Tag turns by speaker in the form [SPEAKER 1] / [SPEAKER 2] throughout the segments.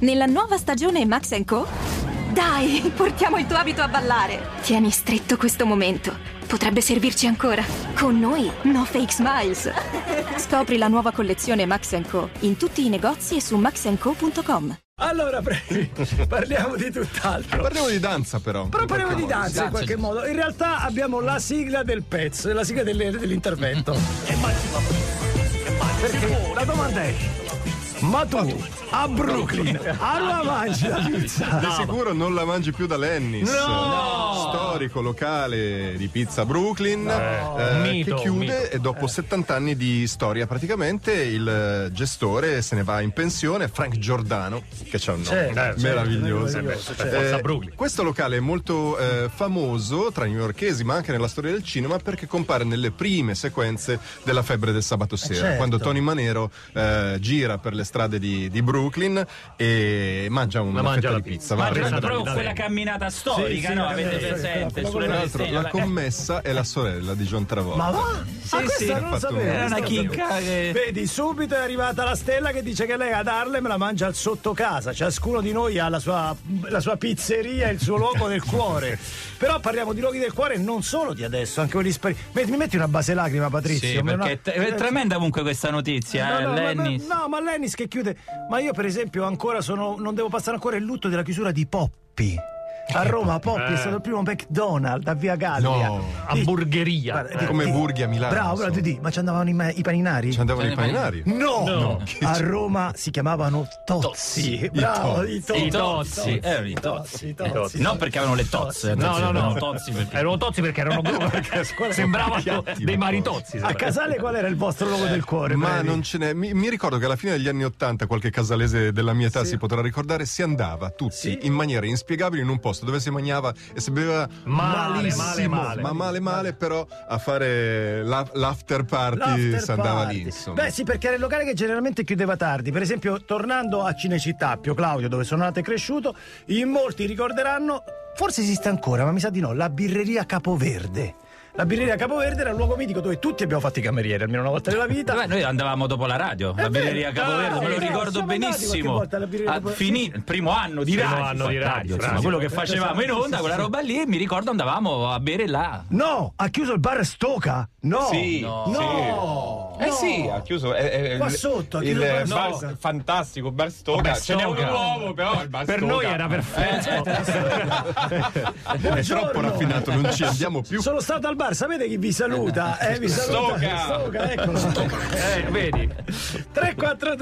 [SPEAKER 1] Nella nuova stagione Max Co? Dai, portiamo il tuo abito a ballare! Tieni stretto questo momento. Potrebbe servirci ancora. Con noi, no fake smiles. Scopri la nuova collezione Max Co in tutti i negozi e su maxenco.com.
[SPEAKER 2] Allora, Previ, parliamo di tutt'altro.
[SPEAKER 3] Parliamo di danza, però.
[SPEAKER 2] Però parliamo di danza in qualche modo. In realtà abbiamo la sigla del pezzo, la sigla delle- dell'intervento. Perché la domanda è: ma tu a Brooklyn alla mangi la pizza?
[SPEAKER 3] Di sicuro non la mangi più da Lennis.
[SPEAKER 4] No!
[SPEAKER 3] Storico locale di pizza a Brooklyn eh,
[SPEAKER 4] Mito,
[SPEAKER 3] che chiude
[SPEAKER 4] mito. Eh.
[SPEAKER 3] e dopo 70 anni di storia praticamente il eh, gestore se ne va in pensione, Frank Giordano, che c'ha un nome
[SPEAKER 2] Certo,
[SPEAKER 3] meraviglioso.
[SPEAKER 2] certo,
[SPEAKER 4] meraviglioso, certo. Forza Brooklyn.
[SPEAKER 3] Cioè, eh, Questo locale è molto eh, famoso tra i newyorkesi ma anche nella storia del cinema perché compare nelle prime sequenze della febbre del
[SPEAKER 4] Eh,
[SPEAKER 3] sabato sera,
[SPEAKER 2] certo.
[SPEAKER 3] quando Tony Manero eh, gira per le strade di, di Brooklyn e mangia una
[SPEAKER 4] mangia
[SPEAKER 3] fetta
[SPEAKER 4] la
[SPEAKER 3] di pizza.
[SPEAKER 4] pizza.
[SPEAKER 3] va
[SPEAKER 5] Ma c'è
[SPEAKER 3] presa
[SPEAKER 5] proprio
[SPEAKER 3] da-
[SPEAKER 5] quella camminata storica,
[SPEAKER 2] sì, eh,
[SPEAKER 5] no?
[SPEAKER 2] sì,
[SPEAKER 5] Avete
[SPEAKER 2] sì, sì,
[SPEAKER 5] presente sulle
[SPEAKER 2] sì,
[SPEAKER 3] Tra
[SPEAKER 5] nuove
[SPEAKER 3] l'altro,
[SPEAKER 5] stelle?
[SPEAKER 3] la commessa è la sorella di John Travolta.
[SPEAKER 2] Ma va? ah, questa
[SPEAKER 5] sì.
[SPEAKER 2] non lo
[SPEAKER 3] Fatto-
[SPEAKER 2] sapevo.
[SPEAKER 5] Era una
[SPEAKER 2] questa non
[SPEAKER 5] chicca
[SPEAKER 2] sapevo.
[SPEAKER 5] che-
[SPEAKER 2] Vedi, subito è arrivata la stella che dice che lei ad Harlem la mangia al sottocasa. Ciascuno di noi ha la sua, la sua pizzeria, il suo luogo del cuore. Però parliamo di luoghi del cuore e non solo di adesso, anche quelli spari. Metti- Mi metti una base lacrima, Patrizio.
[SPEAKER 5] Sì,
[SPEAKER 2] me la-
[SPEAKER 5] perché è, tre- è tremenda comunque questa notizia,
[SPEAKER 2] Eh, No,
[SPEAKER 5] eh,
[SPEAKER 2] no, ma-
[SPEAKER 5] Lenny.
[SPEAKER 2] ma, no, ma Lennis che chiude. Ma io, per esempio, ancora sono. Non devo passare ancora il lutto della chiusura di Poppi. A Roma, Poppi
[SPEAKER 5] Eh.
[SPEAKER 2] è stato il primo McDonald's a via Gallia.
[SPEAKER 3] No.
[SPEAKER 4] A burgheria.
[SPEAKER 5] Eh.
[SPEAKER 2] Guarda, ti-
[SPEAKER 3] come
[SPEAKER 2] ti-
[SPEAKER 3] Burghi a Milano,
[SPEAKER 2] Bravo, bravo,
[SPEAKER 3] insomma.
[SPEAKER 2] tu di, ma ci andavano i, ma- i paninari?
[SPEAKER 3] Ci andavano i paninari.
[SPEAKER 2] No!
[SPEAKER 4] No.
[SPEAKER 2] A Roma si chiamavano Tozzi. Bravo, i Tozzi.
[SPEAKER 5] I tozzi. Eh, i tozzi.
[SPEAKER 2] I Tozzi.
[SPEAKER 4] Tozzi.
[SPEAKER 5] Non perché avevano le tozze.
[SPEAKER 4] No, no,
[SPEAKER 5] attenzione,
[SPEAKER 4] no.
[SPEAKER 5] erano Tozzi perché...
[SPEAKER 4] Erano tozzi perché erano gru. Sembravano dei maritozzi.
[SPEAKER 2] A Casale qual era il vostro luogo del cuore?
[SPEAKER 3] Eh, Ma
[SPEAKER 2] Previ?
[SPEAKER 3] non ce n'è. Mi, mi ricordo che alla fine degli anni Ottanta, qualche casalese della mia età si potrà ricordare, si andava tutti in maniera inspiegabile in un posto dove si mangiava e si beveva
[SPEAKER 4] Male,
[SPEAKER 3] malissimo,
[SPEAKER 4] male, male.
[SPEAKER 3] ma male, male, però a fare la- l'after party
[SPEAKER 2] L'after
[SPEAKER 3] si andava
[SPEAKER 2] party.
[SPEAKER 3] lì. Insomma.
[SPEAKER 2] Beh, sì, perché era il locale che generalmente chiudeva tardi. Per esempio, tornando a Cinecittà, Pio Claudio, dove sono nato e cresciuto, in molti ricorderanno, forse esiste ancora, ma mi sa di no, la birreria Capoverde. La birreria Capoverde era un luogo mitico dove tutti abbiamo fatto i camerieri almeno una volta nella vita.
[SPEAKER 5] Vabbè, noi andavamo dopo la radio, la birreria
[SPEAKER 2] vero,
[SPEAKER 5] Capoverde,
[SPEAKER 2] dai,
[SPEAKER 5] me lo
[SPEAKER 2] eh,
[SPEAKER 5] ricordo
[SPEAKER 2] siamo andati qualche
[SPEAKER 5] benissimo.
[SPEAKER 2] volta alla birreria
[SPEAKER 5] Ah,
[SPEAKER 2] Capoverde.
[SPEAKER 5] finì il primo anno di
[SPEAKER 4] Primo
[SPEAKER 5] radio,
[SPEAKER 4] anno
[SPEAKER 5] fa-
[SPEAKER 4] di radio,
[SPEAKER 5] insomma,
[SPEAKER 4] radio.
[SPEAKER 2] Eh,
[SPEAKER 5] quello che facevamo
[SPEAKER 2] esatto,
[SPEAKER 5] in onda, quella roba lì, e mi ricordo andavamo a bere là.
[SPEAKER 2] No, ha chiuso il bar Stoca? No!
[SPEAKER 6] Sì,
[SPEAKER 2] no!
[SPEAKER 6] sì.
[SPEAKER 2] no.
[SPEAKER 6] Eh sì, ha chiuso eh, eh,
[SPEAKER 2] Qua
[SPEAKER 6] il-
[SPEAKER 2] sotto, ha
[SPEAKER 6] il,
[SPEAKER 2] chiuso il bar
[SPEAKER 6] bar-
[SPEAKER 2] Stoga.
[SPEAKER 6] fantastico bar Stoga.
[SPEAKER 4] Vabbè,
[SPEAKER 6] Ce n'è
[SPEAKER 4] Stoga.
[SPEAKER 6] uno nuovo, però il bar
[SPEAKER 4] Per
[SPEAKER 6] Stoga.
[SPEAKER 4] noi era perfetto.
[SPEAKER 3] è troppo
[SPEAKER 2] Buongiorno.
[SPEAKER 3] raffinato, non ci andiamo più.
[SPEAKER 2] Sono stato al bar, sapete chi vi saluta? Eh, vi saluta
[SPEAKER 6] Stoga.
[SPEAKER 2] Stoga, eccolo.
[SPEAKER 4] Eh, vedi.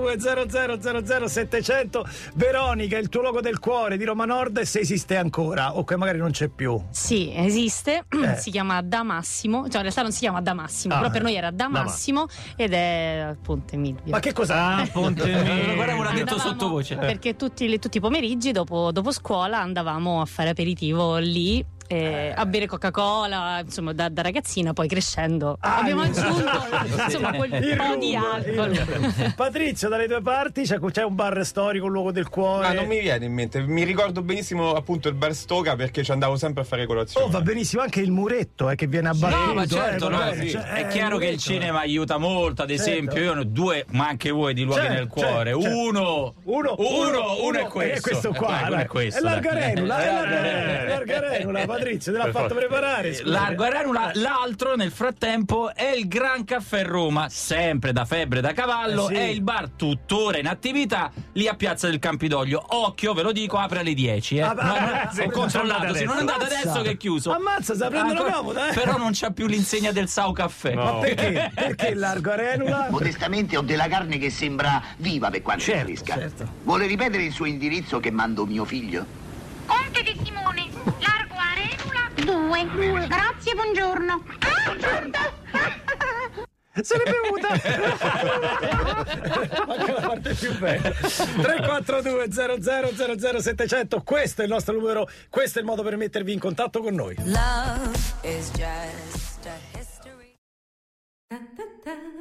[SPEAKER 2] 342 700 Veronica, il tuo luogo del cuore di Roma Nord, se esiste ancora o che magari non c'è più.
[SPEAKER 7] Sì, esiste,
[SPEAKER 2] Eh.
[SPEAKER 7] si chiama Da Massimo, cioè in realtà non si chiama Da Massimo,
[SPEAKER 4] Ah,
[SPEAKER 7] però per
[SPEAKER 4] eh.
[SPEAKER 7] noi era Da
[SPEAKER 4] Da Ma-
[SPEAKER 7] Massimo ed è al Ponte Milvio.
[SPEAKER 2] Ma che cos'ha?
[SPEAKER 7] Eh,
[SPEAKER 4] Ah, Ponte Mio.
[SPEAKER 5] Guarda, me l'ha detto
[SPEAKER 7] Andavamo- Eh.
[SPEAKER 5] sottovoce.
[SPEAKER 7] Perché tutti, le- tutti i pomeriggi dopo, dopo scuola andavamo a fare aperitivo lì. eh, a bere Coca-Cola, insomma, da, da ragazzina, poi crescendo
[SPEAKER 2] Ah,
[SPEAKER 7] abbiamo
[SPEAKER 2] il-
[SPEAKER 7] aggiunto insomma quel
[SPEAKER 2] Il
[SPEAKER 7] po' di
[SPEAKER 2] rubo, il
[SPEAKER 7] alcol.
[SPEAKER 2] rubo. Patrizio, dalle tue parti c'è, c'è un bar storico, un luogo del cuore.
[SPEAKER 6] Ma Ah, non mi viene in mente, mi ricordo benissimo appunto il bar Stoga perché ci andavo sempre a fare colazione.
[SPEAKER 2] Oh, va benissimo anche il muretto eh, che viene abbattuto.
[SPEAKER 5] No, ma
[SPEAKER 2] eh,
[SPEAKER 5] certo, no,
[SPEAKER 2] vabbè,
[SPEAKER 5] sì.
[SPEAKER 2] cioè, eh,
[SPEAKER 5] è chiaro che il
[SPEAKER 2] muretto.
[SPEAKER 5] cinema aiuta molto, ad
[SPEAKER 2] Certo.
[SPEAKER 5] esempio, io ne ho due, ma anche voi di luoghi
[SPEAKER 2] Certo,
[SPEAKER 5] nel cuore.
[SPEAKER 2] certo, certo.
[SPEAKER 5] Uno,
[SPEAKER 2] Uno,
[SPEAKER 5] uno, uno è questo.
[SPEAKER 2] E questo qua.
[SPEAKER 5] Eh, dai, uno
[SPEAKER 2] dai.
[SPEAKER 5] è questo.
[SPEAKER 2] È larga
[SPEAKER 5] dai.
[SPEAKER 2] renula, è
[SPEAKER 5] Eh,
[SPEAKER 2] larga
[SPEAKER 5] eh,
[SPEAKER 2] renula,
[SPEAKER 5] eh,
[SPEAKER 2] larga renula, Patrizio, te l'ha
[SPEAKER 4] Per
[SPEAKER 2] fatto
[SPEAKER 4] forza.
[SPEAKER 2] preparare. scusa.
[SPEAKER 5] Largo a Renula,
[SPEAKER 2] Eh.
[SPEAKER 5] l'altro nel frattempo è il Gran Caffè Roma, sempre da febbre da cavallo,
[SPEAKER 2] Eh sì.
[SPEAKER 5] è il bar tuttora in attività lì a Piazza del Campidoglio. Occhio, ve lo dico, apre alle 10. Eh.
[SPEAKER 2] Ah,
[SPEAKER 5] No, no,
[SPEAKER 2] ah, sì,
[SPEAKER 5] ho
[SPEAKER 2] non
[SPEAKER 5] controllato,
[SPEAKER 4] andate
[SPEAKER 5] se non
[SPEAKER 4] adesso.
[SPEAKER 5] andate adesso
[SPEAKER 2] Ammazza.
[SPEAKER 5] che è chiuso.
[SPEAKER 2] Ammazza, se la prendono comoda, eh.
[SPEAKER 5] Però non c'ha più l'insegna del Sao Caffè.
[SPEAKER 4] No.
[SPEAKER 2] Ma perché? Perché il largo arenula?
[SPEAKER 8] Modestamente ho della carne che sembra viva per quanto
[SPEAKER 4] Certo,
[SPEAKER 8] è fresca.
[SPEAKER 4] certo.
[SPEAKER 8] Vuole ripetere il suo indirizzo che mando mio figlio?
[SPEAKER 9] Conte di Simone, largo a Renula 2. Grazie, buongiorno. Ah, giusto.
[SPEAKER 2] Se l'è bevuta! Ma che è la parte più bella! 342 00 700 questo è il nostro numero, questo è il modo per mettervi in contatto con noi.
[SPEAKER 10] Love is just a history. Dun, dun, dun.